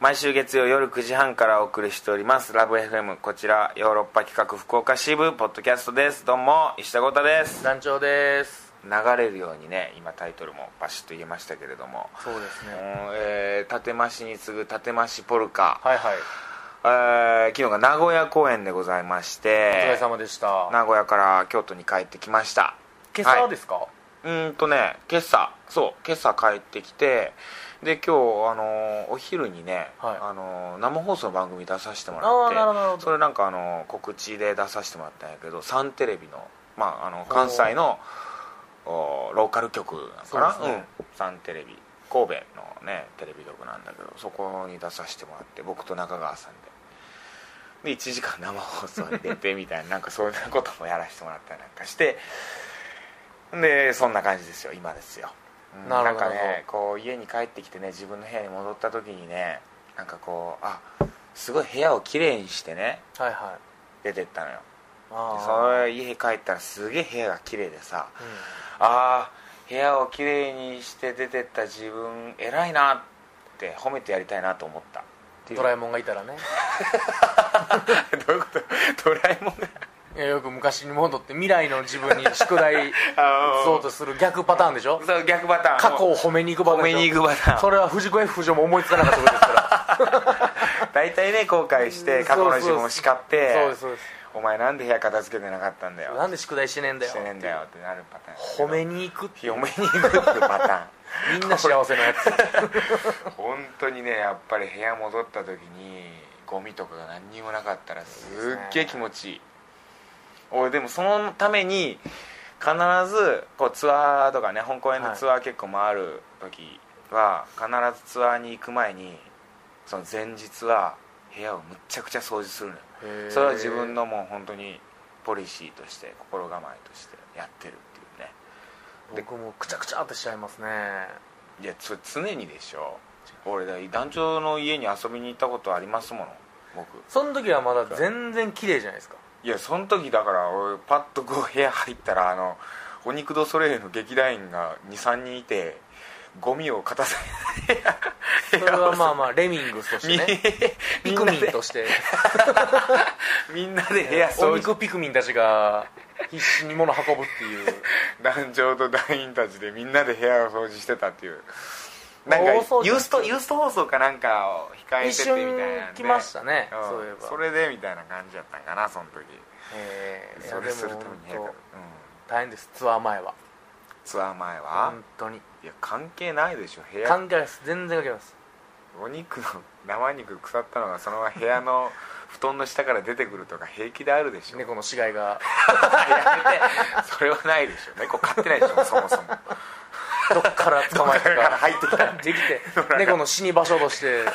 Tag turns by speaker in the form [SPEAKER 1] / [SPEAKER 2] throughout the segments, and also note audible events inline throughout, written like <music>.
[SPEAKER 1] 毎週月曜夜9時半からお送りしておりますラブ FM こちらヨーロッパ企画福岡支部ポッドキャストですどうも石田豪太です
[SPEAKER 2] 団長です
[SPEAKER 1] 流れるようにね今タイトルもバシッと言えましたけれども
[SPEAKER 2] そうです
[SPEAKER 1] う
[SPEAKER 2] ね
[SPEAKER 1] ん、えー、建ましに次ぐ建ましポルカ、
[SPEAKER 2] はいはい
[SPEAKER 1] えー昨日が名古屋公演でございまし
[SPEAKER 2] お疲れ
[SPEAKER 1] て
[SPEAKER 2] 様でした
[SPEAKER 1] 名古屋から京都に帰ってきました
[SPEAKER 2] 今朝
[SPEAKER 1] はい
[SPEAKER 2] ですか、
[SPEAKER 1] うーんとね今朝そう今朝帰ってきてで今日あのーお昼にね、
[SPEAKER 2] はい
[SPEAKER 1] あのー生放送の番組出させてもら
[SPEAKER 2] あ
[SPEAKER 1] っ
[SPEAKER 2] あ
[SPEAKER 1] て
[SPEAKER 2] なるほどなるほど
[SPEAKER 1] それなんかあのー告知で出させてもらったんやけどサンテレビの,、まあ、あの関西のおーローカル局なんかな
[SPEAKER 2] そうですね
[SPEAKER 1] うんサンテレビ神戸のねテレビ局なんだけどそこに出させてもらって僕と中川さんでで1時間生放送に出てみたいななんかそういうこともやらせてもらったりなんかしてでそんな感じですよ今ですよ、うん
[SPEAKER 2] なるほど
[SPEAKER 1] んかねこう家に帰ってきてね自分の部屋に戻った時にねなんかこうあすごい部屋をきれいにしてね
[SPEAKER 2] はいはい
[SPEAKER 1] 出てったのよで
[SPEAKER 2] あ
[SPEAKER 1] そ
[SPEAKER 2] ー
[SPEAKER 1] れ家帰ったらすげえ部屋がきれいでさあー部屋をきれいにして出てった自分偉いなって褒めてやりたいなと思った
[SPEAKER 2] うん、ドラえもんがいたらね
[SPEAKER 1] <laughs> どういうことドラえもんが
[SPEAKER 2] いやよく昔に戻って未来の自分に宿題
[SPEAKER 1] <laughs> あー
[SPEAKER 2] そうとする逆パターンでしょ
[SPEAKER 1] そう逆パターン
[SPEAKER 2] 過去を褒めに行くパタ
[SPEAKER 1] 褒
[SPEAKER 2] ーンで
[SPEAKER 1] め
[SPEAKER 2] しょ
[SPEAKER 1] に行くパターン
[SPEAKER 2] それは藤子 F 不条も思いつかなかったことです
[SPEAKER 1] <laughs>
[SPEAKER 2] から
[SPEAKER 1] 大体ね後悔して過去の自分を叱って
[SPEAKER 2] そうですそうです
[SPEAKER 1] お前なんで部屋片付けてなかったんだよ
[SPEAKER 2] なんで宿題してねえんだよ
[SPEAKER 1] してねえんだよってなるパターン
[SPEAKER 2] 褒めに行くって
[SPEAKER 1] 褒めに行くってパタ
[SPEAKER 2] みんな幸せなやつ
[SPEAKER 1] ーン <laughs> 本当にねやっぱり部屋戻った時にゴミとかが何にもなかったらすっげえ気持ちいい俺でもそのために必ずこうツアーとかね本公演のツアー結構回る時は必ずツアーに行く前にその前日は部屋をむっちゃくちゃ掃除するのよ <laughs> それは自分のもう本当にポリシーとして心構えとしてやってるっていうね
[SPEAKER 2] 僕もくちゃくちゃってしちゃいますね
[SPEAKER 1] いやつ常にでしょ俺だ団長の家に遊びに行ったことありますもの僕
[SPEAKER 2] その時はまだ全然綺麗じゃないですか
[SPEAKER 1] いやその時だから俺パッとこう部屋入ったらあのお肉ドソレイユの劇団員が23人いてゴミを片付
[SPEAKER 2] それはまあまあレミングスとしてね
[SPEAKER 1] けみ
[SPEAKER 2] ピ
[SPEAKER 1] ん
[SPEAKER 2] ク
[SPEAKER 1] な
[SPEAKER 2] ミン
[SPEAKER 1] で
[SPEAKER 2] として
[SPEAKER 1] <laughs> みんなで部屋
[SPEAKER 2] お
[SPEAKER 1] 掃除
[SPEAKER 2] 肉ピクミンたちが必死に物運ぶっていう
[SPEAKER 1] <laughs> 団長と団員たちでみんなで部屋を掃除してたっていうなんか
[SPEAKER 2] 大掃除
[SPEAKER 1] ユーストユースト放送かなんかを控え
[SPEAKER 2] 一
[SPEAKER 1] てて
[SPEAKER 2] 瞬
[SPEAKER 1] みたいなんで
[SPEAKER 2] 来ましたね
[SPEAKER 1] うん
[SPEAKER 2] そういえば
[SPEAKER 1] それでみたいな感じやったんかなその時
[SPEAKER 2] えーいや
[SPEAKER 1] それするために部
[SPEAKER 2] で
[SPEAKER 1] 屋
[SPEAKER 2] も
[SPEAKER 1] から、う
[SPEAKER 2] 本
[SPEAKER 1] ん、
[SPEAKER 2] 当大変ですツアー前は
[SPEAKER 1] ツアー前は
[SPEAKER 2] 本当に
[SPEAKER 1] いや関係ないでしょ部屋
[SPEAKER 2] 関係ないです全然関係ないです
[SPEAKER 1] お肉の生肉腐ったのがそのまま部屋
[SPEAKER 2] <laughs>
[SPEAKER 1] の布団の下から出てくるとか平気であるでしょ、
[SPEAKER 2] 猫の死骸
[SPEAKER 1] <laughs>
[SPEAKER 2] が
[SPEAKER 1] それはないでしょ猫飼ってないでしょそもそも
[SPEAKER 2] どっから捕まえ
[SPEAKER 1] だ
[SPEAKER 2] た
[SPEAKER 1] から
[SPEAKER 2] か
[SPEAKER 1] 入ってきた
[SPEAKER 2] できて猫の死に場所として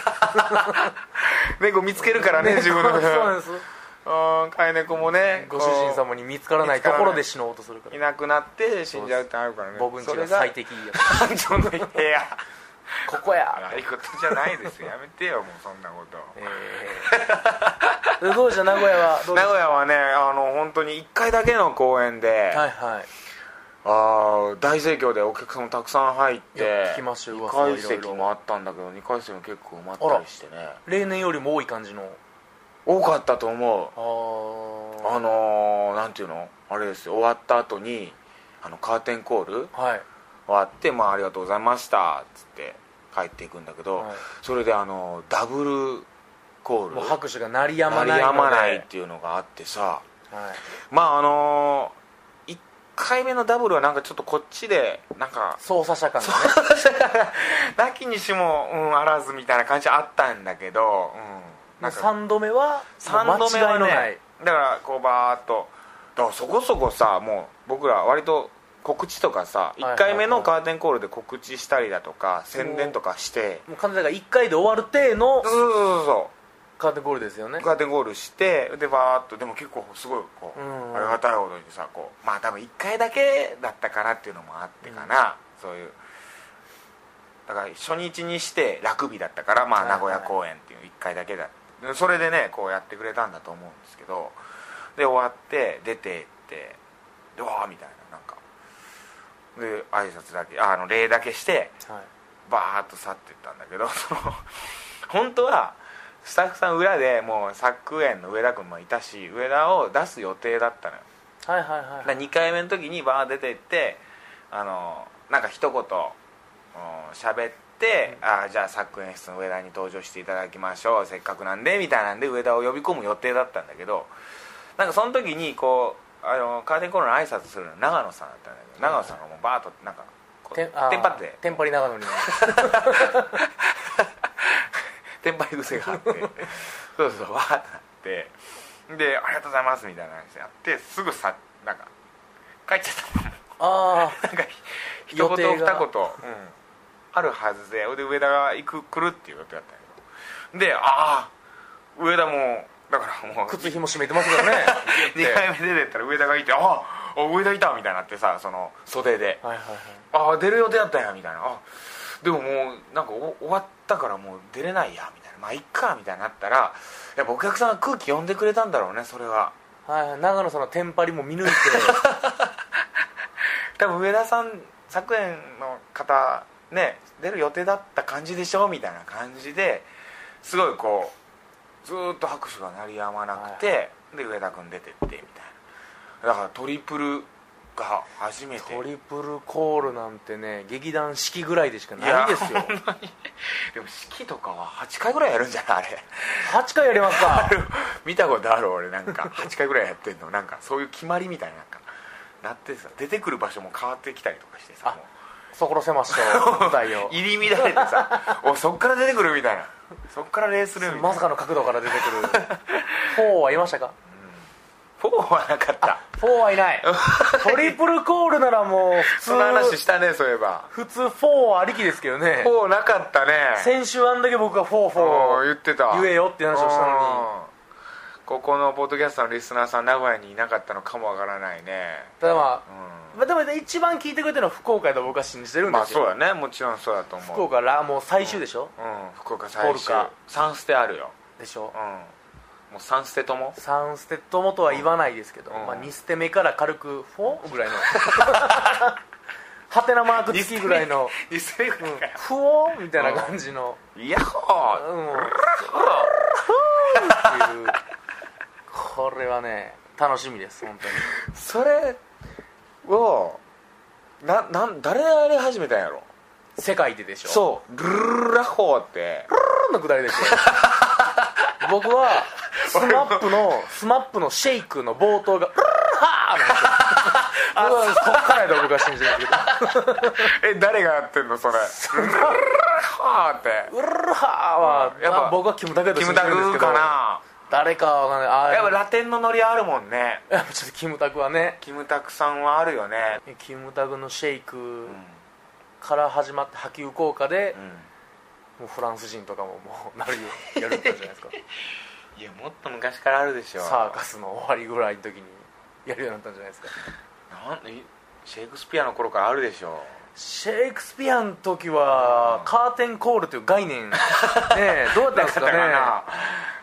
[SPEAKER 1] 猫見つけるから <laughs> ね自分の
[SPEAKER 2] <laughs> そう
[SPEAKER 1] 部
[SPEAKER 2] なん
[SPEAKER 1] 屋
[SPEAKER 2] です
[SPEAKER 1] <laughs> うん飼い猫もね
[SPEAKER 2] ご主人
[SPEAKER 1] も
[SPEAKER 2] 様に見つからないところで死のうとするか
[SPEAKER 1] い
[SPEAKER 2] ら
[SPEAKER 1] なくなって死んじゃうってあるからね
[SPEAKER 2] 僕ん
[SPEAKER 1] そ
[SPEAKER 2] ち
[SPEAKER 1] れ
[SPEAKER 2] が最適やつ
[SPEAKER 1] 団長の部屋
[SPEAKER 2] ここや
[SPEAKER 1] 悪いことじゃないですよやめてよもうそんなこと
[SPEAKER 2] えーでどうでした名古屋はどうで
[SPEAKER 1] 名
[SPEAKER 2] し
[SPEAKER 1] 古屋はねあの本当に1回だけの公演で、
[SPEAKER 2] たはいはい
[SPEAKER 1] あー大盛況でお客さんもたくさん入っ
[SPEAKER 2] いや
[SPEAKER 1] て
[SPEAKER 2] 聞きましたよ
[SPEAKER 1] 2
[SPEAKER 2] 噂はいろい
[SPEAKER 1] 階
[SPEAKER 2] ろ
[SPEAKER 1] 席もあったんだけど2階席も結構埋まったりしてね
[SPEAKER 2] 例年よりも多い感じの
[SPEAKER 1] 多かったと思う
[SPEAKER 2] あ
[SPEAKER 1] あのー、なんていうのあれですよ終わった後にあのカーテンコール
[SPEAKER 2] あはい
[SPEAKER 1] 終わって「まあ、ありがとうございました」っつって帰っていくんだけど、
[SPEAKER 2] はい
[SPEAKER 1] それであのダブルコール
[SPEAKER 2] もう拍手が鳴りやま
[SPEAKER 1] 鳴
[SPEAKER 2] ない
[SPEAKER 1] り
[SPEAKER 2] ので
[SPEAKER 1] やまないっていうのがあってさ
[SPEAKER 2] はい
[SPEAKER 1] まああのー、1回目のダブルはなんかちょっとこっちでなんか
[SPEAKER 2] 捜査者感がね
[SPEAKER 1] <laughs> なきにしも、うん、あらずみたいな感じあったんだけど、うん、
[SPEAKER 2] も
[SPEAKER 1] な
[SPEAKER 2] うん
[SPEAKER 1] か
[SPEAKER 2] 3度目は
[SPEAKER 1] 3度目
[SPEAKER 2] も
[SPEAKER 1] は
[SPEAKER 2] う間違いの
[SPEAKER 1] ね
[SPEAKER 2] ない
[SPEAKER 1] だからこうバーっとだからそこそこさもう僕ら割と告知とかさ
[SPEAKER 2] いはいはい
[SPEAKER 1] 1回目のカーテンコールで告知したりだとか宣伝とかして
[SPEAKER 2] もう彼女が1回で終わる程の
[SPEAKER 1] そうそうそうそう
[SPEAKER 2] カーテンゴールですよね
[SPEAKER 1] カーテンコールしてでバーっとでも結構すごいこう、
[SPEAKER 2] うん
[SPEAKER 1] ありがたいほどにさこうまあ多分1回だけだったからっていうのもあってかな、そういうだから初日にして楽日だったからま
[SPEAKER 2] は
[SPEAKER 1] あ
[SPEAKER 2] い
[SPEAKER 1] 名
[SPEAKER 2] はい
[SPEAKER 1] 古屋公演っていう1回だけだでそれでねこうやってくれたんだと思うんですけどで終わって出てってでわーみたいななんかで挨拶だけああの礼だけして
[SPEAKER 2] はい
[SPEAKER 1] <laughs> バーッと去ってったんだけどその本当はスタッフさん裏でもう作園の上田君もいたし上田を出す予定だったのよ
[SPEAKER 2] はいはいは
[SPEAKER 1] だ
[SPEAKER 2] い
[SPEAKER 1] 2回目の時にバー出て行ってあのなんか一言うん喋って、あーじゃあ作演室の上田に登場していただきましょうせっかくなんでみたいなんで上田を呼び込む予定だったんだけどなんかその時にこうあのカーテンコールの挨拶するのは長野さんだったんだけど長野さんがもうバーッとなんかこうテン
[SPEAKER 2] あー
[SPEAKER 1] パって
[SPEAKER 2] テンパり長野に
[SPEAKER 1] <laughs> テンパり癖があって <laughs> そうそうわーってなってで「ありがとうございます」みたいな話やってすぐさなんか帰っちゃった
[SPEAKER 2] あ
[SPEAKER 1] なんかひ
[SPEAKER 2] 予
[SPEAKER 1] 一言
[SPEAKER 2] 定
[SPEAKER 1] 二言、
[SPEAKER 2] が
[SPEAKER 1] あるはずでで上田が行く来るっていうことやったんやけどでああ上田もだからも
[SPEAKER 2] あ
[SPEAKER 1] う
[SPEAKER 2] 靴紐締めてますからね
[SPEAKER 1] <laughs>
[SPEAKER 2] ギュ
[SPEAKER 1] 2
[SPEAKER 2] ッて
[SPEAKER 1] 回目出てったら上田がいて「ああ上田いた」みたいになってさその袖で
[SPEAKER 2] はいはいはい
[SPEAKER 1] 「ああ出る予定だったんや」みたいなあでももうなんかお終わったからもう出れないやみたいなまあいっかみたいになったらやっぱお客さんが空気読んでくれたんだろうねそれは
[SPEAKER 2] はいはい長野さんのテンパりも見抜いて
[SPEAKER 1] 多分上田さん昨年の方ね出る予定だった感じでしょみたいな感じですごいこうずーっと拍手が鳴りやまなくて、で上田君出てってみたいなだからトリプルが初めて
[SPEAKER 2] トリプルコールなんてね劇団四季ぐらいでしかないですよ
[SPEAKER 1] <laughs> や本当にでも式とかは8回ぐらいやるんじゃないあれ
[SPEAKER 2] 8回やりますか
[SPEAKER 1] <laughs> 見たことある俺なんか8回ぐらいやってんのなんかそういう決まりみたいななんかなってさ出てくる場所も変わってきたりとかしてさ
[SPEAKER 2] あ
[SPEAKER 1] もう
[SPEAKER 2] そころ狭しと
[SPEAKER 1] <laughs>
[SPEAKER 2] 舞台を
[SPEAKER 1] 入り乱れて
[SPEAKER 2] <laughs>
[SPEAKER 1] さおそっから出てくるみたいなそっから礼するみたいな
[SPEAKER 2] まさかの角度から出て
[SPEAKER 1] <laughs>
[SPEAKER 2] くるフォーはいましたか
[SPEAKER 1] フォーはなかった
[SPEAKER 2] フォーは
[SPEAKER 1] <laughs>
[SPEAKER 2] いないトリプルコールならもう普通
[SPEAKER 1] その話したねそういえば
[SPEAKER 2] 普通フォーありきですけどね
[SPEAKER 1] フォーなかったね
[SPEAKER 2] 先週あんだけ僕がフォーフォ
[SPEAKER 1] そう
[SPEAKER 2] ー
[SPEAKER 1] 言ってた
[SPEAKER 2] 言えよって話をしたのに
[SPEAKER 1] うんここのポッドキャストのリスナーさん名古屋にいなかったのかもわからないね
[SPEAKER 2] ただま
[SPEAKER 1] う
[SPEAKER 2] あまあでも一番聞いてくれてるのは福岡だと僕は信じてる
[SPEAKER 1] ん
[SPEAKER 2] ん
[SPEAKER 1] ま
[SPEAKER 2] で
[SPEAKER 1] あ
[SPEAKER 2] す
[SPEAKER 1] そう
[SPEAKER 2] よ
[SPEAKER 1] だねもちろんそうだと思う
[SPEAKER 2] 福岡らもう最終でしょ
[SPEAKER 1] うん福岡最
[SPEAKER 2] ポル
[SPEAKER 1] 終
[SPEAKER 2] カ
[SPEAKER 1] 3ステあるよ
[SPEAKER 2] でしょ
[SPEAKER 1] うんもう3ステとも
[SPEAKER 2] 3ステともとは言わないですけど、
[SPEAKER 1] うん
[SPEAKER 2] まあ、2ステ目から軽く 4? ぐらいの <laughs> ハテナマーク付きぐらいの
[SPEAKER 1] 2ステ
[SPEAKER 2] 「ふお」みたいな感じの
[SPEAKER 1] イヤ
[SPEAKER 2] 「う
[SPEAKER 1] ホー
[SPEAKER 2] ん」っていうこれはね楽しみです本当に
[SPEAKER 1] それをななん誰がやり始めたんやろ
[SPEAKER 2] 世界ででしょう
[SPEAKER 1] そうルルルラホーって
[SPEAKER 2] のくだ <laughs> りでしょ僕はスマップのスマップのシェイクの冒頭が「うっはー」なんですよ僕は <laughs> そっからやと僕は信じるんですけど
[SPEAKER 1] <laughs> え誰がやってんのそれルルルラホーって <laughs>
[SPEAKER 2] うるるはは、
[SPEAKER 1] やっぱ
[SPEAKER 2] まあ僕はキムタクだと
[SPEAKER 1] キ
[SPEAKER 2] 信
[SPEAKER 1] ム
[SPEAKER 2] じ
[SPEAKER 1] タ
[SPEAKER 2] てるん
[SPEAKER 1] ク
[SPEAKER 2] ですけど
[SPEAKER 1] かな
[SPEAKER 2] 誰かはわかんないあー
[SPEAKER 1] やっぱラテンのノリあるもんね
[SPEAKER 2] やっぱ <laughs> ちょっとキムタクはね
[SPEAKER 1] キムタクさんはあるよね
[SPEAKER 2] キムタクのシェイク
[SPEAKER 1] うん
[SPEAKER 2] から始まって波及効果で
[SPEAKER 1] う、ん
[SPEAKER 2] もうフランス人とかももうなるようやるんじゃないです
[SPEAKER 1] <laughs>
[SPEAKER 2] か
[SPEAKER 1] いやもっと昔からあるでしょ
[SPEAKER 2] サーカスの終わりぐらいの時にやるようになったんじゃないですか
[SPEAKER 1] なんいシェイクスピアの頃からあるでしょ
[SPEAKER 2] シェイクスピアの時は、
[SPEAKER 1] うん
[SPEAKER 2] カーテンコールという概念ね
[SPEAKER 1] <laughs>
[SPEAKER 2] えどうやったんですかね
[SPEAKER 1] だから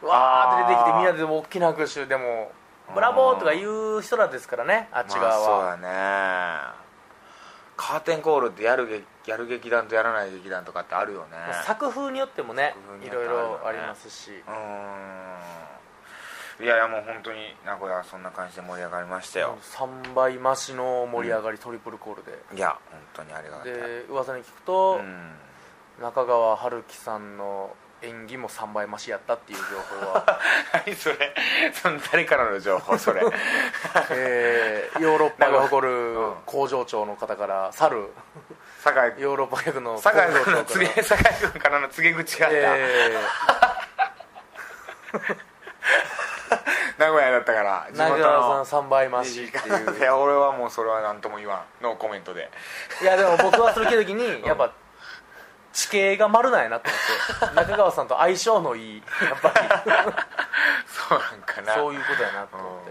[SPEAKER 2] わーって出てき
[SPEAKER 1] あ
[SPEAKER 2] て
[SPEAKER 1] ー
[SPEAKER 2] みんなで大きな拍手でも
[SPEAKER 1] うん
[SPEAKER 2] ブラボーとか言う人らですからねあっち側は、
[SPEAKER 1] まあ、そうだねカーテンコールってやる劇やる劇団とやらない劇団とかってあるよね
[SPEAKER 2] 作風によってもね
[SPEAKER 1] 作風に
[SPEAKER 2] い
[SPEAKER 1] よって
[SPEAKER 2] ろいろあ
[SPEAKER 1] あ
[SPEAKER 2] り
[SPEAKER 1] るよね
[SPEAKER 2] ますし
[SPEAKER 1] うーんいやいやもう本当に名古屋はそんな感じで盛り上がりましたよ、
[SPEAKER 2] 3倍増しの盛り上がり、トリプルコールで
[SPEAKER 1] いや本当にありがたい
[SPEAKER 2] で噂に聞く
[SPEAKER 1] う、
[SPEAKER 2] と
[SPEAKER 1] ん
[SPEAKER 2] 中川春樹さんの演技も3倍増しやったっていう情
[SPEAKER 1] <laughs>
[SPEAKER 2] 報は、
[SPEAKER 1] 何それその誰からの情報そ
[SPEAKER 2] <laughs>
[SPEAKER 1] れ
[SPEAKER 2] えーヨーロッパが誇る
[SPEAKER 1] うん
[SPEAKER 2] 工場長の方から猿
[SPEAKER 1] 酒井
[SPEAKER 2] ヨーロッパ客の工場
[SPEAKER 1] 酒井
[SPEAKER 2] 長
[SPEAKER 1] 君
[SPEAKER 2] か
[SPEAKER 1] の
[SPEAKER 2] ら
[SPEAKER 1] 告げ酒井君からの告げ口があった、
[SPEAKER 2] え
[SPEAKER 1] 名古屋だったから
[SPEAKER 2] ー中川さん3倍増しっていう
[SPEAKER 1] いや俺はもうそれは何とも言わんノーコメントで
[SPEAKER 2] いやでも僕はそれ聞いた時にやっぱ地形が丸なんやなと思って中川さんと相性のいいやっぱり
[SPEAKER 1] そうなんかな
[SPEAKER 2] そういうことやなと思って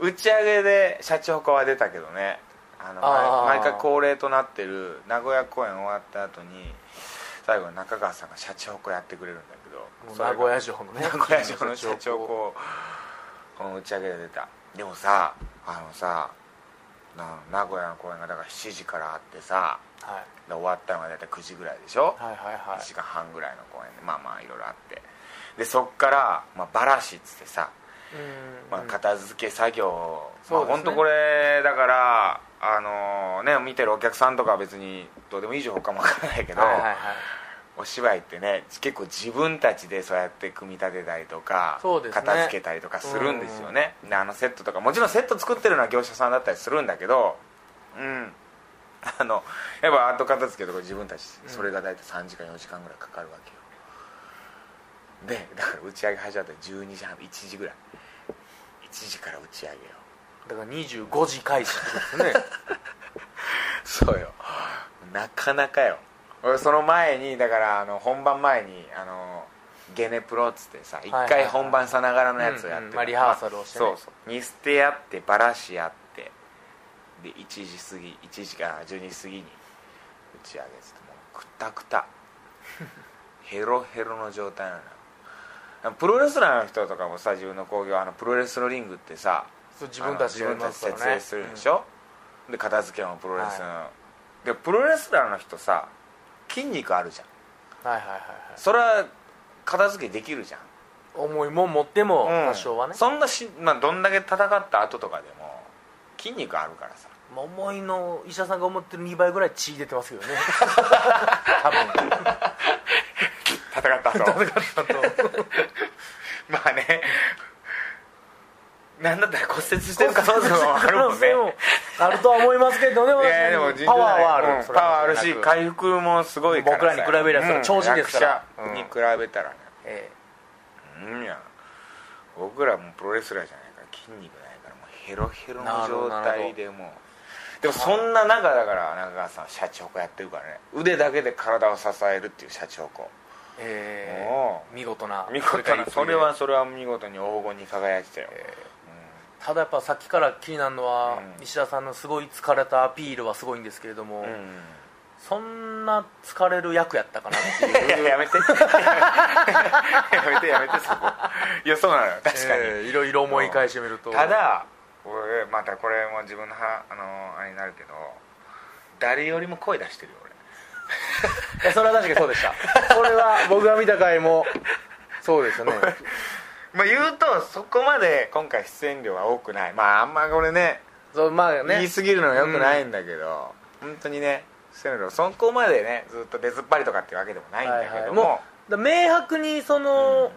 [SPEAKER 1] うん打ち上げで社長子は出たけどねあの
[SPEAKER 2] あー
[SPEAKER 1] 毎毎回恒例となってる名古屋公演終わった後に最後中川さんが社長子やってくれるんだけ
[SPEAKER 2] もう
[SPEAKER 1] ど
[SPEAKER 2] 名古屋
[SPEAKER 1] 城
[SPEAKER 2] 城のね
[SPEAKER 1] 名古屋城の社長子をこの打ち上げで出たでもさあのさな名古屋の公演がだから7時からあってさ
[SPEAKER 2] はい
[SPEAKER 1] で終わったのが大体9時ぐらいでしょ、
[SPEAKER 2] はいはいは
[SPEAKER 1] 1時間半ぐらいの公演でまあまあいろいろあってでそっから、まあ、バラシっつってさ、
[SPEAKER 2] い
[SPEAKER 1] まあ、
[SPEAKER 2] うん
[SPEAKER 1] 片付け作業、
[SPEAKER 2] そうです
[SPEAKER 1] ま
[SPEAKER 2] ね
[SPEAKER 1] あ本当これだからあのね見てるお客さんとかは別にどうでもいい情報かもわからないけど、
[SPEAKER 2] はいはいはい
[SPEAKER 1] お芝居ってね結構自分たちでそうやって組み立てたりとか、
[SPEAKER 2] そうですね
[SPEAKER 1] 片付けたりとかするんですよね、であのセットとかもちろんセット作ってるのは業者さんだったりするんだけどうん <laughs> あのやっぱ後片付けとか自分たちそれが大体3時間4時間ぐらいかかるわけよでだから打ち上げ始まったら12時半1時ぐらい1時から打ち上げよ
[SPEAKER 2] だから25時開始ってことです
[SPEAKER 1] <laughs>
[SPEAKER 2] ね
[SPEAKER 1] そうよなかなかよ俺その前にだからあの本番前にあのゲネプロっつってさ一
[SPEAKER 2] はいはい
[SPEAKER 1] 回
[SPEAKER 2] はい
[SPEAKER 1] 本番さながらのやつをやって
[SPEAKER 2] うんうん
[SPEAKER 1] る
[SPEAKER 2] まあリハーサルをしてね
[SPEAKER 1] そうそうに捨てやってバラしやってで1時過ぎ1時から12時過ぎに打ち上げっつってもうくたく
[SPEAKER 2] <laughs>
[SPEAKER 1] たヘロヘロの状態なのよあのプロレスラーの人とかもさ自分の興行あのプロレスのリングってさ
[SPEAKER 2] そう自分たちでや
[SPEAKER 1] あの
[SPEAKER 2] り
[SPEAKER 1] 自分
[SPEAKER 2] ま
[SPEAKER 1] たち
[SPEAKER 2] すからね
[SPEAKER 1] 設営するでしょ、で片付けもプロレスの、
[SPEAKER 2] は
[SPEAKER 1] でプロレスラーの人さ筋肉あるじゃん
[SPEAKER 2] はいはいはいはい
[SPEAKER 1] それは片付けできるじゃん、
[SPEAKER 2] 重いもん持っても
[SPEAKER 1] うん
[SPEAKER 2] 多少はね、
[SPEAKER 1] そんなし、まあ、どんだけ戦った後とかでも筋肉あるからさ
[SPEAKER 2] まあ重いの医者さんが思ってる2倍ぐらい血出て
[SPEAKER 1] <laughs>
[SPEAKER 2] ますけどね多分
[SPEAKER 1] <laughs> 戦った後 <laughs> まあねなんだったら骨折してる可能性もあるもんね
[SPEAKER 2] あるとは思いますけどでも
[SPEAKER 1] いやいやでも尋常
[SPEAKER 2] パワーはある、
[SPEAKER 1] うん
[SPEAKER 2] そ
[SPEAKER 1] パ
[SPEAKER 2] れは
[SPEAKER 1] ワーあるし回復もすごいからさ
[SPEAKER 2] 僕らに比べりゃそれは超人ですから
[SPEAKER 1] うん
[SPEAKER 2] うん
[SPEAKER 1] 役者に比べたらね
[SPEAKER 2] え
[SPEAKER 1] うんや僕らもうプロレスラーじゃないから筋肉ないからもうヘロヘロの状態でもうでもそんな中だから中川さんシャチホコやってるからね腕だけで体を支えるっていうシャチホコ
[SPEAKER 2] ええ
[SPEAKER 1] お
[SPEAKER 2] え見事な
[SPEAKER 1] 見事なそ
[SPEAKER 2] そ
[SPEAKER 1] れ
[SPEAKER 2] れ
[SPEAKER 1] は
[SPEAKER 2] は
[SPEAKER 1] それは見事に黄金に輝いてたよ、
[SPEAKER 2] ただやっぱさっきから気になるのは、
[SPEAKER 1] うん
[SPEAKER 2] 石田さんのすごい疲れたアピールはすごいんですけれども、
[SPEAKER 1] うん
[SPEAKER 2] そんな疲れる役やったかなっていう
[SPEAKER 1] いやいややめてやめてやめてそこいやそうなのよ確かに、
[SPEAKER 2] ええいろいろ思い返してみると
[SPEAKER 1] ただ俺またこれも自分のはあのあれになるけど誰よりも声出してるよ俺
[SPEAKER 2] いやそれは確かにそうでした <laughs> それは僕が見た回もそうですよね
[SPEAKER 1] まあ言うとそこまで今回出演量は多くないまああんまこれね
[SPEAKER 2] そうまあ
[SPEAKER 1] 言
[SPEAKER 2] ね
[SPEAKER 1] い過ぎるのはよくないんだけど、本当にね出演量そこまでねずっと出ずっぱりとかってわけでもないんだけども、
[SPEAKER 2] はいはいもうだ明白にその、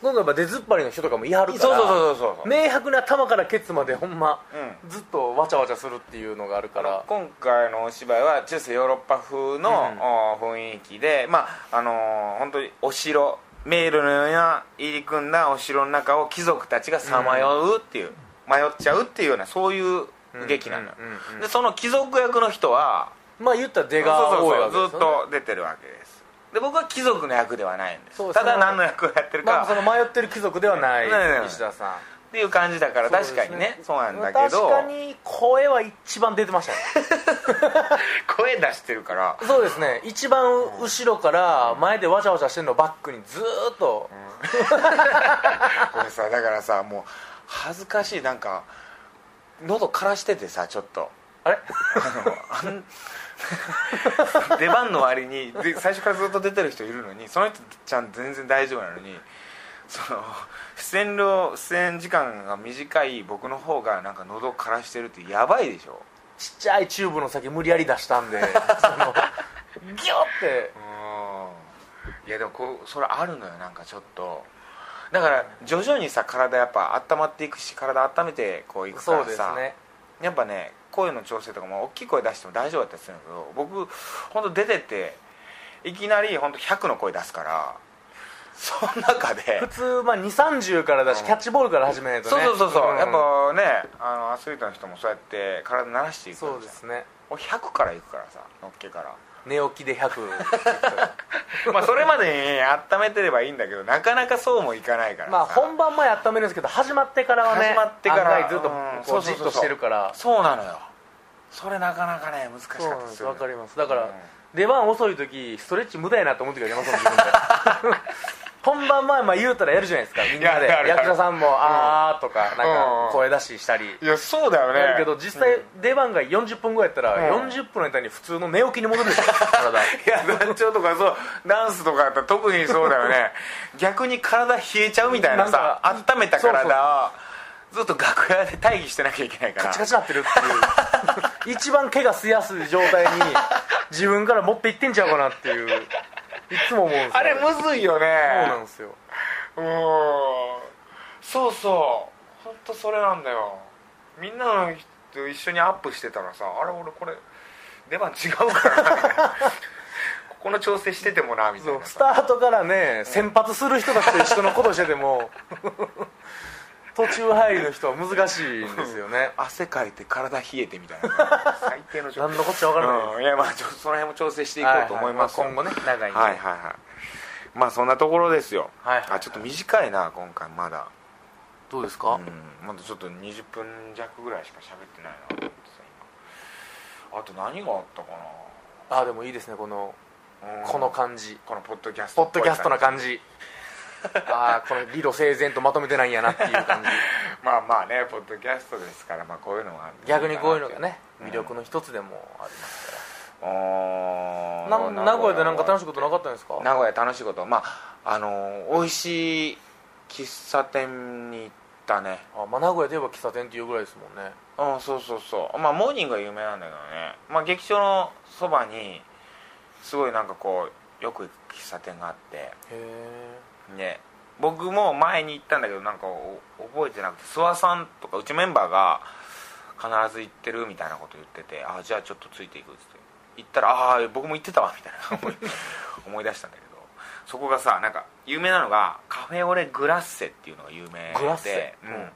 [SPEAKER 2] 今回やっぱ出ずっぱりの人とかも言いはるから
[SPEAKER 1] そうそうそうそうそう
[SPEAKER 2] 明白な頭からケツまでほんま、
[SPEAKER 1] う
[SPEAKER 2] ずっとわちゃわちゃするっていうのがあるから
[SPEAKER 1] 今回のお芝居は中世ヨーロッパ風の、お雰囲気でまああのー本当にお城迷路のような入り組んだお城の中を貴族たちがさまようっていう、迷っちゃうっていうようなそういう劇なのよ、
[SPEAKER 2] うんうんうんうん
[SPEAKER 1] でその貴族役の人は
[SPEAKER 2] まあ言ったら出
[SPEAKER 1] そう
[SPEAKER 2] が
[SPEAKER 1] そう
[SPEAKER 2] 多い
[SPEAKER 1] そ
[SPEAKER 2] わ
[SPEAKER 1] う
[SPEAKER 2] けです
[SPEAKER 1] ずっ
[SPEAKER 2] よね
[SPEAKER 1] と出てるわけですで僕は貴族の役ではないんです
[SPEAKER 2] そうです
[SPEAKER 1] ただ何の役をやってる
[SPEAKER 2] まあ、
[SPEAKER 1] か
[SPEAKER 2] その迷ってる貴族ではない
[SPEAKER 1] ねえねえ
[SPEAKER 2] 石田さん
[SPEAKER 1] っていう感じだから確かにねそうなんだけど
[SPEAKER 2] 確かに声は一番出てましたね
[SPEAKER 1] <laughs> 声出してるから
[SPEAKER 2] そうですね一番後ろから前でわちゃわちゃしてるのをバックにずーっと、
[SPEAKER 1] これさだからさもう恥ずかしいなんか喉枯らしててさちょっと
[SPEAKER 2] あれ
[SPEAKER 1] あのあん出番の割にで最初からずっと出てる人いるのにその人ちゃん全然大丈夫なのにその出演料出演時間が短い僕の方がなんか喉枯らしてるってやばいでしょ
[SPEAKER 2] ちっちゃいチューブの先無理やり出し
[SPEAKER 1] <laughs>
[SPEAKER 2] たんでそのギュッて
[SPEAKER 1] うんいやでもこうそれあるのよなんかちょっとだから徐々にさ体やっぱ温まっていくし体温めてこういくか
[SPEAKER 2] そ
[SPEAKER 1] ら
[SPEAKER 2] うです
[SPEAKER 1] さ、
[SPEAKER 2] ね
[SPEAKER 1] やっぱね声の調整とかも大きい声出しても大丈夫だったりするんだけど僕本当出てていきなり本当100の声出すからその中で
[SPEAKER 2] 普通、まあ、2 3 0からだし
[SPEAKER 1] うん
[SPEAKER 2] キャッチボールから始めないと
[SPEAKER 1] そう
[SPEAKER 2] ね
[SPEAKER 1] そうそうそう、
[SPEAKER 2] ん
[SPEAKER 1] やっぱねあのアスリートの人もそうやって体慣らしていくから
[SPEAKER 2] そうですね
[SPEAKER 1] 俺100からいくからさのっけから
[SPEAKER 2] 寝起きで100
[SPEAKER 1] <laughs> まあそれまでに温めてればいいんだけどなかなかそうもいかないからさ
[SPEAKER 2] まあ本番前温めるんですけど始まってからはね
[SPEAKER 1] 始まってから
[SPEAKER 2] 案外ずっと
[SPEAKER 1] うん
[SPEAKER 2] こ
[SPEAKER 1] そうう
[SPEAKER 2] じ
[SPEAKER 1] そうそうそ
[SPEAKER 2] っ
[SPEAKER 1] う
[SPEAKER 2] としてるから
[SPEAKER 1] そうなのよそれなかなかね難しかっ
[SPEAKER 2] そうなん
[SPEAKER 1] た
[SPEAKER 2] で
[SPEAKER 1] り
[SPEAKER 2] す
[SPEAKER 1] する
[SPEAKER 2] わかりますだか
[SPEAKER 1] う
[SPEAKER 2] ら
[SPEAKER 1] ん <laughs>
[SPEAKER 2] 出番遅い時ストレッチ無駄やなと思う時ありますもん自分で本番前まあ言うたらやるじゃないですかみんなで
[SPEAKER 1] いややるやる
[SPEAKER 2] 役者さんも「あー」とかなん
[SPEAKER 1] うん
[SPEAKER 2] か声出ししたり
[SPEAKER 1] いやそうだよね
[SPEAKER 2] やるけど実際出番が40分ぐらいやったら
[SPEAKER 1] うん
[SPEAKER 2] 40分の間に普通の寝起きに戻るでしょ
[SPEAKER 1] い
[SPEAKER 2] 体
[SPEAKER 1] や団長とかそうダンスとかだったら特にそうだよね逆に体冷えちゃうみたいなさ
[SPEAKER 2] なん
[SPEAKER 1] 温めた体をずっと楽屋で待機してなきゃいけないから
[SPEAKER 2] カチカチなってるって
[SPEAKER 1] <laughs>
[SPEAKER 2] いう一番怪我しやすい状態に自分から持っていってんちゃうかなっていういつも思うんですよ
[SPEAKER 1] あれむずいよね
[SPEAKER 2] そうなんですよ
[SPEAKER 1] うんそうそう本当それなんだよみんなの人と一緒にアップしてたらさあれ俺これ出番違うから <laughs> なみたいなここの調整しててもなみたい
[SPEAKER 2] そう
[SPEAKER 1] な
[SPEAKER 2] ス
[SPEAKER 1] さ
[SPEAKER 2] タートからね先発する人たちと一緒のことしてても <laughs> 途中入りの人は難しいんですよね
[SPEAKER 1] 汗かいて体冷えてみたいな最低の状
[SPEAKER 2] <laughs> 何
[SPEAKER 1] 態
[SPEAKER 2] のこっちゃ分からない
[SPEAKER 1] うんいやまあちょっとその辺も調整していこうと思いますよ
[SPEAKER 2] ははまあ今後ね長いんで
[SPEAKER 1] はいはいはいまあそんなところですよ、
[SPEAKER 2] はいはいはい
[SPEAKER 1] あちょっと短いな今回まだ
[SPEAKER 2] どうですか
[SPEAKER 1] うんまだちょっと20分弱ぐらいしか喋ってないなと思ってさ今あと何があったか
[SPEAKER 2] あでもいいですねこの
[SPEAKER 1] な、うん
[SPEAKER 2] この感じ
[SPEAKER 1] このポッドキャス
[SPEAKER 2] ポ
[SPEAKER 1] ト
[SPEAKER 2] ッドキャストな感じああこの理路整然とまとめてないんやなっていう <laughs> 感じ
[SPEAKER 1] まあまあねポッドキャストですからまあこういうのは
[SPEAKER 2] 逆にこういうのがね
[SPEAKER 1] うん
[SPEAKER 2] 魅力の一つでもあります
[SPEAKER 1] うーん
[SPEAKER 2] な名古屋でなんか楽しい
[SPEAKER 1] い
[SPEAKER 2] ことなかったんですか
[SPEAKER 1] 名古屋楽しいことまああのー美味しい喫茶店に行ったね
[SPEAKER 2] あ、まあ、名古屋で言えば喫茶店っていうぐらいですもんね
[SPEAKER 1] うんそうそうそうまあモーニングが有名なんだけどねまあ劇場のそばにすごいなんかこうよく行く喫茶店があって
[SPEAKER 2] へえ
[SPEAKER 1] ね僕も前に行ったんだけどなんかお覚えてなくて諏訪さんとかうちメンバーが必ず行ってるみたいなこと言っててあじゃあちょっとついていくっつって行ったらああ僕も行ってたわみたいな <laughs> 思い思い出したんだけどそこがさなんか有名なのがカフェオレグラッセっていうのが有名で
[SPEAKER 2] グラッセ
[SPEAKER 1] う
[SPEAKER 2] うんん、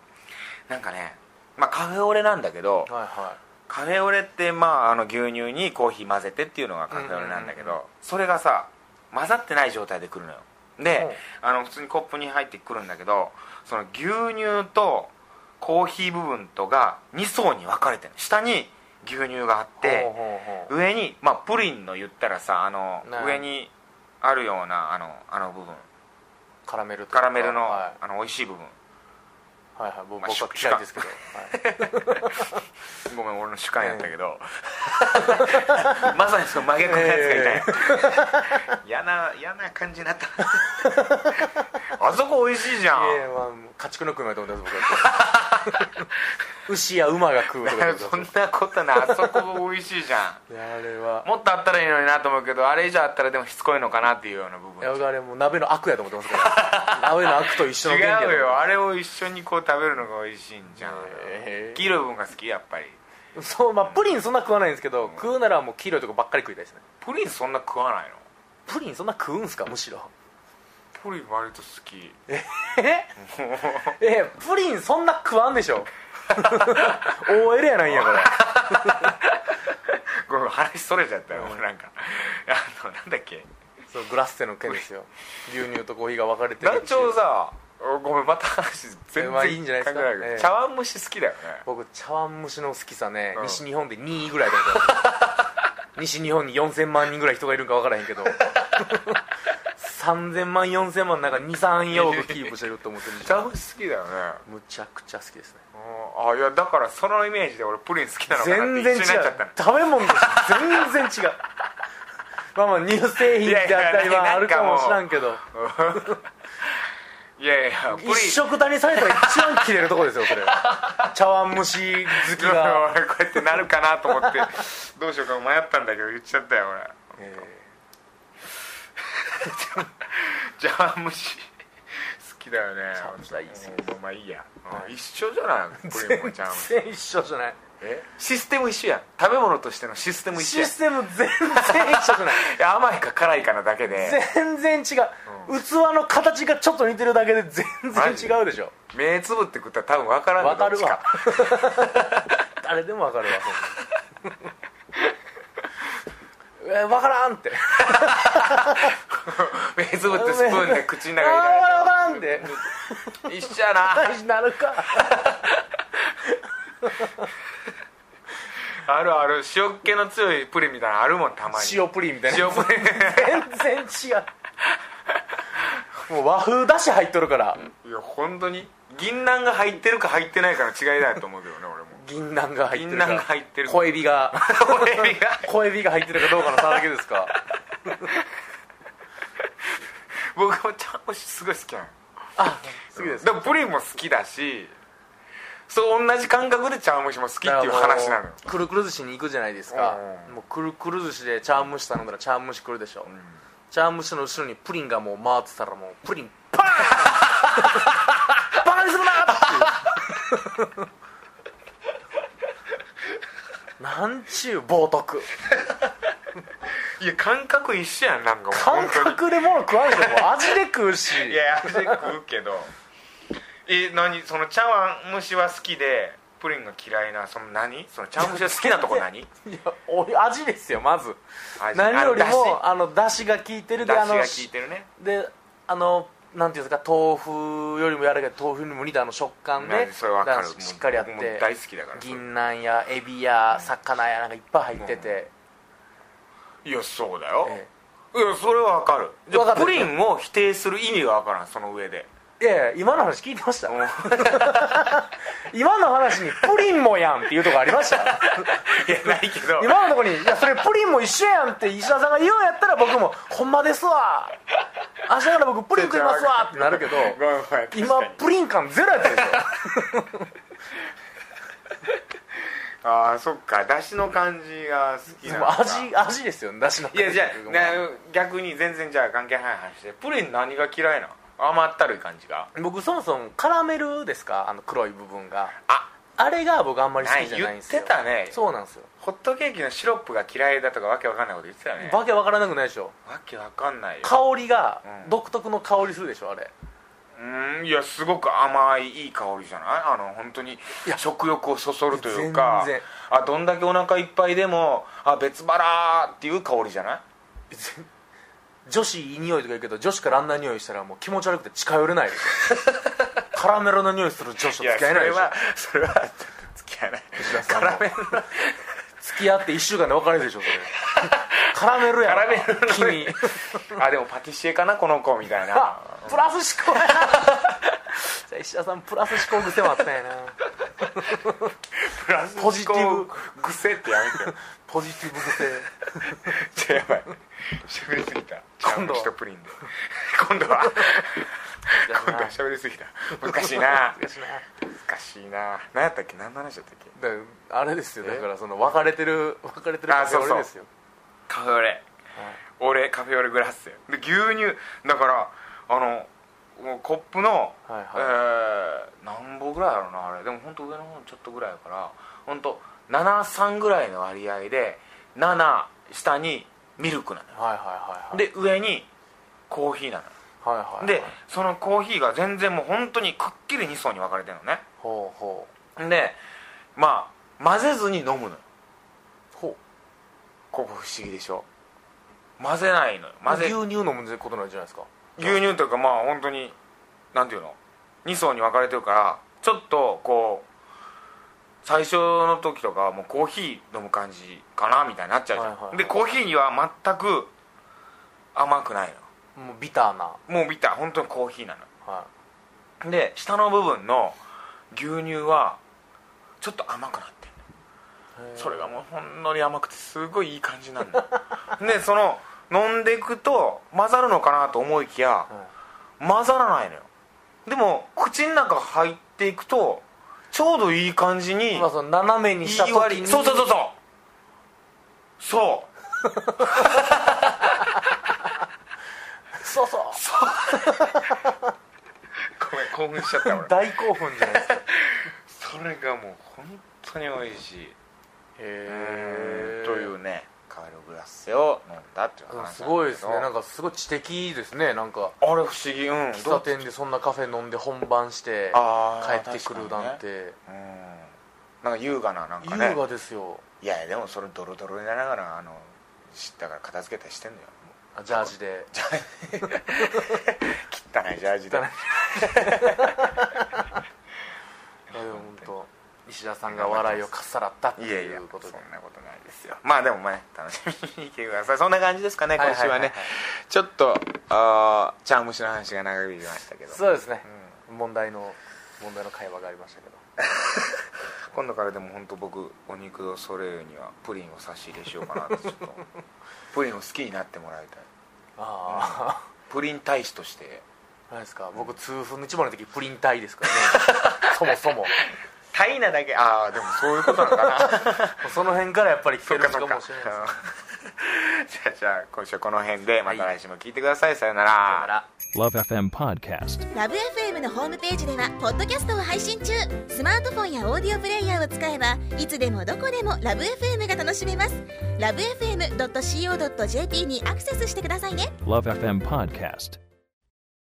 [SPEAKER 1] なんかねまあカフェオレなんだけど
[SPEAKER 2] はいは
[SPEAKER 1] カフェオレって、まあ、あの牛乳にコーヒー混ぜてっていうのがカフェオレなんだけど、
[SPEAKER 2] うんうん
[SPEAKER 1] それがさ混ざってない状態で来るのよで、あの普通にコップに入ってくるんだけどその牛乳とコーヒー部分とが2層に分かれてる下に牛乳があっ
[SPEAKER 2] いほう
[SPEAKER 1] て
[SPEAKER 2] ほうほう
[SPEAKER 1] 上に、まあ、プリンの言ったらさあの
[SPEAKER 2] ね
[SPEAKER 1] 上にあるようなあのあの部分
[SPEAKER 2] カラメルとか
[SPEAKER 1] カラメルの,、
[SPEAKER 2] は
[SPEAKER 1] あの美味しい部分
[SPEAKER 2] い、はいはい僕
[SPEAKER 1] まあ
[SPEAKER 2] 僕は嫌いですけど、はい
[SPEAKER 1] ごめん俺の主観やったけ
[SPEAKER 2] <laughs>
[SPEAKER 1] ど、まさにその真逆のやつがいたんや嫌な嫌な感じになったあそこ美味しいじゃん
[SPEAKER 2] いやいやまあ家畜の食うまでと思ってます僕は
[SPEAKER 1] <laughs>
[SPEAKER 2] 牛や馬が食うとか言って
[SPEAKER 1] そん
[SPEAKER 2] ます
[SPEAKER 1] なことないあそこ美味しいじゃ
[SPEAKER 2] いやあれは
[SPEAKER 1] んもっとあったらいいのになと思うけどあれ以上あったらでもしつこいのかなっていうような部
[SPEAKER 2] いや
[SPEAKER 1] 分
[SPEAKER 2] 僕あれもう鍋の悪やと思ってますから鍋の悪と一緒の
[SPEAKER 1] 違
[SPEAKER 2] 元気やと思
[SPEAKER 1] う
[SPEAKER 2] って
[SPEAKER 1] よ
[SPEAKER 2] ま
[SPEAKER 1] あれを一緒にこう食べるのが美味しいんじゃん
[SPEAKER 2] へー
[SPEAKER 1] 黄色い部分が好きやっぱり
[SPEAKER 2] すそうまあプリンそんな食わないんですけど、食うならもう黄色いとこばっかり食いたいですね
[SPEAKER 1] プリンそんな食わないの
[SPEAKER 2] プリンそんな食うんすかむしろ
[SPEAKER 1] プリン割と好き
[SPEAKER 2] えプリンそんな食わんで
[SPEAKER 1] <laughs>
[SPEAKER 2] しょ OL やないんやから
[SPEAKER 1] ごめん話それちゃったよ、なんかあのなんだっけ
[SPEAKER 2] そうグラッセの件ですよ牛乳とコーヒーが分かれてる
[SPEAKER 1] 団長さごめんまた話全然
[SPEAKER 2] まあいいんじゃないですか
[SPEAKER 1] 関係けど
[SPEAKER 2] ええ
[SPEAKER 1] 茶碗蒸し好きだよね
[SPEAKER 2] 僕茶碗蒸しの好きさね、
[SPEAKER 1] うん
[SPEAKER 2] 西日本で2位ぐらいだと思 <laughs> う西日本に4000万人ぐらい人がいるんか分からへんけど3000万4000万なんか23よくキープしてると思ってるんで
[SPEAKER 1] 茶碗蒸し好きだよね
[SPEAKER 2] むちゃくちゃ好きですね
[SPEAKER 1] うんあいやだからそのイメージで俺プリン好きなのかな
[SPEAKER 2] 全
[SPEAKER 1] って
[SPEAKER 2] 然違
[SPEAKER 1] 一緒に
[SPEAKER 2] う
[SPEAKER 1] なっちゃったの
[SPEAKER 2] 食べ物として全然違うまあまあ乳製品であったりはあるかもしらんけど
[SPEAKER 1] いやいやプリン
[SPEAKER 2] 一食たにされたら一番切れるとこですよそれ茶碗蒸し好き
[SPEAKER 1] 俺
[SPEAKER 2] <laughs> が、
[SPEAKER 1] こうやってなるかなと思
[SPEAKER 2] <laughs>
[SPEAKER 1] ってどうしようか迷ったんだけど言っちゃったよ俺
[SPEAKER 2] え
[SPEAKER 1] <laughs> 茶碗蒸し好きだよね
[SPEAKER 2] 茶碗蒸し大好きです
[SPEAKER 1] うんまあいいや、うん一緒じゃないプリンも
[SPEAKER 2] <laughs>
[SPEAKER 1] 茶碗蒸し
[SPEAKER 2] 全然一緒じゃない
[SPEAKER 1] えシステム一緒やん食べ物としてのシステム一緒
[SPEAKER 2] シ
[SPEAKER 1] やん
[SPEAKER 2] ステム全然一緒じゃない
[SPEAKER 1] いや甘いか辛いかなだけで
[SPEAKER 2] 全然違う、器の形がちょっと似てるだけで全然違うでしょ
[SPEAKER 1] 目つぶって食ったら多分分からんの
[SPEAKER 2] わかる
[SPEAKER 1] どっ
[SPEAKER 2] わ <laughs> 誰でもわかるわそんなえわからんって
[SPEAKER 1] ちか目つぶってスプーンで口の中に
[SPEAKER 2] あ
[SPEAKER 1] 入
[SPEAKER 2] ーわからんって
[SPEAKER 1] れて一緒やな
[SPEAKER 2] 大事なるか
[SPEAKER 1] あるある塩っ気の強いプリンみたいなのあるもんたまに
[SPEAKER 2] 塩プリンみたいな
[SPEAKER 1] 塩プリン
[SPEAKER 2] 全然違うもう和風だし入っとるから
[SPEAKER 1] いや本当に銀杏が入ってるか入ってないかの違いだと思うけどね俺も
[SPEAKER 2] 銀杏が入ってるから
[SPEAKER 1] 銀杏が入ってる
[SPEAKER 2] 小エビが
[SPEAKER 1] 親指が
[SPEAKER 2] <laughs> 小エビが入ってるかどうかの差だけですか
[SPEAKER 1] 僕もちゃんこすごい好きなの
[SPEAKER 2] あ次です
[SPEAKER 1] だからプリンも好きだしそう同じ感覚で茶碗蒸しも好きっていう話なのよ
[SPEAKER 2] くるくる寿司に行くじゃないですか
[SPEAKER 1] うん
[SPEAKER 2] もうくるくる寿司で茶碗蒸し頼んだら茶碗蒸し来るでしょ
[SPEAKER 1] うん
[SPEAKER 2] 茶碗蒸しの後ろにプリンがもう回ってたらもうプリン <laughs> パーンバカにするなっていうなんちゅう冒涜
[SPEAKER 1] いや感覚一緒やんなんかもう
[SPEAKER 2] 感
[SPEAKER 1] 本
[SPEAKER 2] 覚で物食わんでもう味で食うし
[SPEAKER 1] 当にいや味で食うけどえ何その茶碗蒸しは好きでプリンが嫌いなその何その茶碗蒸しは好きなとこ何
[SPEAKER 2] いやお味ですよまず
[SPEAKER 1] 味
[SPEAKER 2] <laughs> 何より
[SPEAKER 1] あのだし
[SPEAKER 2] もあの出汁が効いてるで
[SPEAKER 1] 出
[SPEAKER 2] あ
[SPEAKER 1] 汁
[SPEAKER 2] の
[SPEAKER 1] が効いてるね
[SPEAKER 2] であのなんていうんですか豆腐よりも柔らかい豆腐にも似たあの食感で
[SPEAKER 1] 何それ分か
[SPEAKER 2] だ
[SPEAKER 1] る
[SPEAKER 2] ししっかりあっ
[SPEAKER 1] 僕も
[SPEAKER 2] て
[SPEAKER 1] 大好きだからそれ
[SPEAKER 2] 銀杏やエビや魚やなんかいっぱい入ってて、
[SPEAKER 1] いやそうだよ、
[SPEAKER 2] え
[SPEAKER 1] いやそれは分かるじゃ
[SPEAKER 2] わか
[SPEAKER 1] あ
[SPEAKER 2] る
[SPEAKER 1] プリンを否定する意味が分からんその上
[SPEAKER 2] <laughs>
[SPEAKER 1] で
[SPEAKER 2] えいやいや今の話聞いてました
[SPEAKER 1] もう
[SPEAKER 2] <laughs> 今の話にプリンもやんっていうとこあり
[SPEAKER 1] <laughs>
[SPEAKER 2] ました
[SPEAKER 1] いやないけど
[SPEAKER 2] 今のとこに「いやそれプリンも一緒やん」って石田さんが言うんやったら僕も「ほんまですわ明日から僕プリン食いますわ」ってなるけど
[SPEAKER 1] ごめんごめん
[SPEAKER 2] 今
[SPEAKER 1] 確かに
[SPEAKER 2] プリン感ゼロやったでしょ
[SPEAKER 1] ああそっかだしの感じが好きな
[SPEAKER 2] で
[SPEAKER 1] の
[SPEAKER 2] も
[SPEAKER 1] か
[SPEAKER 2] 味味ですよねだしの
[SPEAKER 1] いやじゃあな逆に全然じゃあ関係ない話でプリン何が嫌いなの甘ったるい感じが
[SPEAKER 2] 僕そもそもカラメルですかあの黒い部分が
[SPEAKER 1] あ
[SPEAKER 2] あれが僕あんまり好きじゃないんですよ
[SPEAKER 1] ない言ってたね
[SPEAKER 2] そうなんですよ、
[SPEAKER 1] ホットケーキのシロップが嫌いだとかわけわかんないこと言ってたよね
[SPEAKER 2] わけわからなくないでしょ
[SPEAKER 1] わけわかんないよ
[SPEAKER 2] 香りが
[SPEAKER 1] うん
[SPEAKER 2] 独特の香りするでしょあれ
[SPEAKER 1] うーんいやすごく甘いいい香りじゃないあの本当に
[SPEAKER 2] いや
[SPEAKER 1] 食欲をそそるというか
[SPEAKER 2] 全然
[SPEAKER 1] あどんだけお腹いっぱいでもあ別腹っていう香りじゃない
[SPEAKER 2] 女子いい匂いとか言うけど女子からあんな匂いしたらもう気持ち悪くて近寄
[SPEAKER 1] <laughs>
[SPEAKER 2] れないでしょカラメルの匂いする女子と
[SPEAKER 1] いや
[SPEAKER 2] 付
[SPEAKER 1] そ
[SPEAKER 2] き合え
[SPEAKER 1] れ
[SPEAKER 2] ないでしょ
[SPEAKER 1] はそれはちょっと付き合えない
[SPEAKER 2] 田さ
[SPEAKER 1] カ
[SPEAKER 2] んも
[SPEAKER 1] ラメルの
[SPEAKER 2] 付き合って1週間で別れるでしょ
[SPEAKER 1] <laughs>
[SPEAKER 2] それカラメルや
[SPEAKER 1] カ
[SPEAKER 2] な
[SPEAKER 1] ラメルの
[SPEAKER 2] 君
[SPEAKER 1] あでもパティシエかなこの子みたいな
[SPEAKER 2] あプラス思考やなじゃあ石田さんプラス思考癖もあったんやな
[SPEAKER 1] プラス
[SPEAKER 2] ポジティブ
[SPEAKER 1] 癖ってやめてよ
[SPEAKER 2] ポジティブ癖
[SPEAKER 1] ちょやばいしゃべりすぎた
[SPEAKER 2] 今度は
[SPEAKER 1] ちゃんとプリンで今度は今度はしゃべりすぎた難しいな
[SPEAKER 2] 難しいな
[SPEAKER 1] 難しいな何やったっけ何の話だったっけ
[SPEAKER 2] だからあれですよ
[SPEAKER 1] え
[SPEAKER 2] だからその別れてる別れてる
[SPEAKER 1] あ
[SPEAKER 2] カフェオ
[SPEAKER 1] そ
[SPEAKER 2] レ
[SPEAKER 1] うそう
[SPEAKER 2] ですよ
[SPEAKER 1] カフェオレ俺カフェオレグラスで牛乳だからあのもうコップの、
[SPEAKER 2] はいはい
[SPEAKER 1] えー何本ぐらいあるなあれでも本当上の方ちょっとぐらいやから本当73ぐらいの割合で7下にミルクなのよ
[SPEAKER 2] はいはいはいはい
[SPEAKER 1] で上にコーヒーなのよ
[SPEAKER 2] はいはいはい
[SPEAKER 1] でそのコーヒーが全然もう本当にくっきり2層に分かれてるのね
[SPEAKER 2] ほうほ
[SPEAKER 1] でまあ混ぜずに飲むのよ
[SPEAKER 2] うほ
[SPEAKER 1] ここ不思議でしょ混ぜないのよ
[SPEAKER 2] う
[SPEAKER 1] 混ぜ
[SPEAKER 2] 牛乳飲むことないじゃないですか
[SPEAKER 1] 牛乳というかまあ本当になんていうの2層に分かれてるからちょっとこう最初の時とかはもうコーヒー飲む感じかなみたいになっちゃうじゃん、
[SPEAKER 2] はいはいはい
[SPEAKER 1] でコーヒーには全く甘くない
[SPEAKER 2] もうビターなは
[SPEAKER 1] のもうビター本当にコーヒーなの
[SPEAKER 2] い
[SPEAKER 1] で下の部分の牛乳はちょっと甘くなってる
[SPEAKER 2] へー
[SPEAKER 1] それがもうほんのり甘くてすごいいい感じなんだ <laughs> でその飲んでいくと混ざるのかなと思いきや
[SPEAKER 2] はい
[SPEAKER 1] 混ざらないのよでも口の中入っていくとちょうどいい感じに
[SPEAKER 2] まあその斜めにした
[SPEAKER 1] いい
[SPEAKER 2] 時
[SPEAKER 1] 割
[SPEAKER 2] に
[SPEAKER 1] りそうそうそうそうそう
[SPEAKER 2] そうそう
[SPEAKER 1] ごめん興奮しちゃった <laughs> 俺
[SPEAKER 2] 大興奮じゃないですか
[SPEAKER 1] それがもう本当に美味しい
[SPEAKER 2] へ
[SPEAKER 1] というねカエルグラッセを飲んだっていう話なんだけど
[SPEAKER 2] すごいですねなんかすごい知的ですねなんか
[SPEAKER 1] あれ不思議うん
[SPEAKER 2] 喫茶店でそんなカフェ飲んで本番して
[SPEAKER 1] あー
[SPEAKER 2] 帰ってくるなんて
[SPEAKER 1] 確かにねうんなんか優雅ななんか
[SPEAKER 2] 優
[SPEAKER 1] ね
[SPEAKER 2] 雅ですよ
[SPEAKER 1] いやいやでもそれドロドロになりながらあの知ったから片付けたりしてんのよ
[SPEAKER 2] あジャージで
[SPEAKER 1] 汚いジャージで
[SPEAKER 2] 汚いいやでも本当石田さんが笑いをかっさらったって
[SPEAKER 1] いやい
[SPEAKER 2] い
[SPEAKER 1] や
[SPEAKER 2] うことで
[SPEAKER 1] そんなことないですよまあでもね楽しみに来てくださいそんな感じですかね今週はね、
[SPEAKER 2] いいいい
[SPEAKER 1] ちょっとあー茶虫の話が長引きましたけど
[SPEAKER 2] そうですね、問題の問題の会話がありましたけど
[SPEAKER 1] 今度からでも本当僕お肉をそれよにはプリンを差し入れしようかなってちょっ
[SPEAKER 2] <laughs>
[SPEAKER 1] とプリンを好きになってもらいたい
[SPEAKER 2] あ
[SPEAKER 1] プリン大使として
[SPEAKER 2] あ何ですか僕痛風の一番の時プリン体ですからね
[SPEAKER 1] <laughs>
[SPEAKER 2] そもそもも
[SPEAKER 1] タイなだけああでもそういうことなのかな
[SPEAKER 2] う <laughs> その辺からやっぱり来て
[SPEAKER 1] そっか
[SPEAKER 2] るのか
[SPEAKER 1] そっか
[SPEAKER 2] もしれないですね
[SPEAKER 1] <laughs> じゃあじゃあ今週はこの辺でまた
[SPEAKER 2] はい
[SPEAKER 1] 来週も聞いてくださいさよな
[SPEAKER 2] だからら
[SPEAKER 3] Love FM Podcast.
[SPEAKER 4] ラブ f m のホームページではポッドキャストを配信中スマートフォンやオーディオプレイヤーを使えばいつでもどこでもラブ f m が楽しめますラブ FM.co.jp にアクセスしてくださいね
[SPEAKER 3] Love FM Podcast.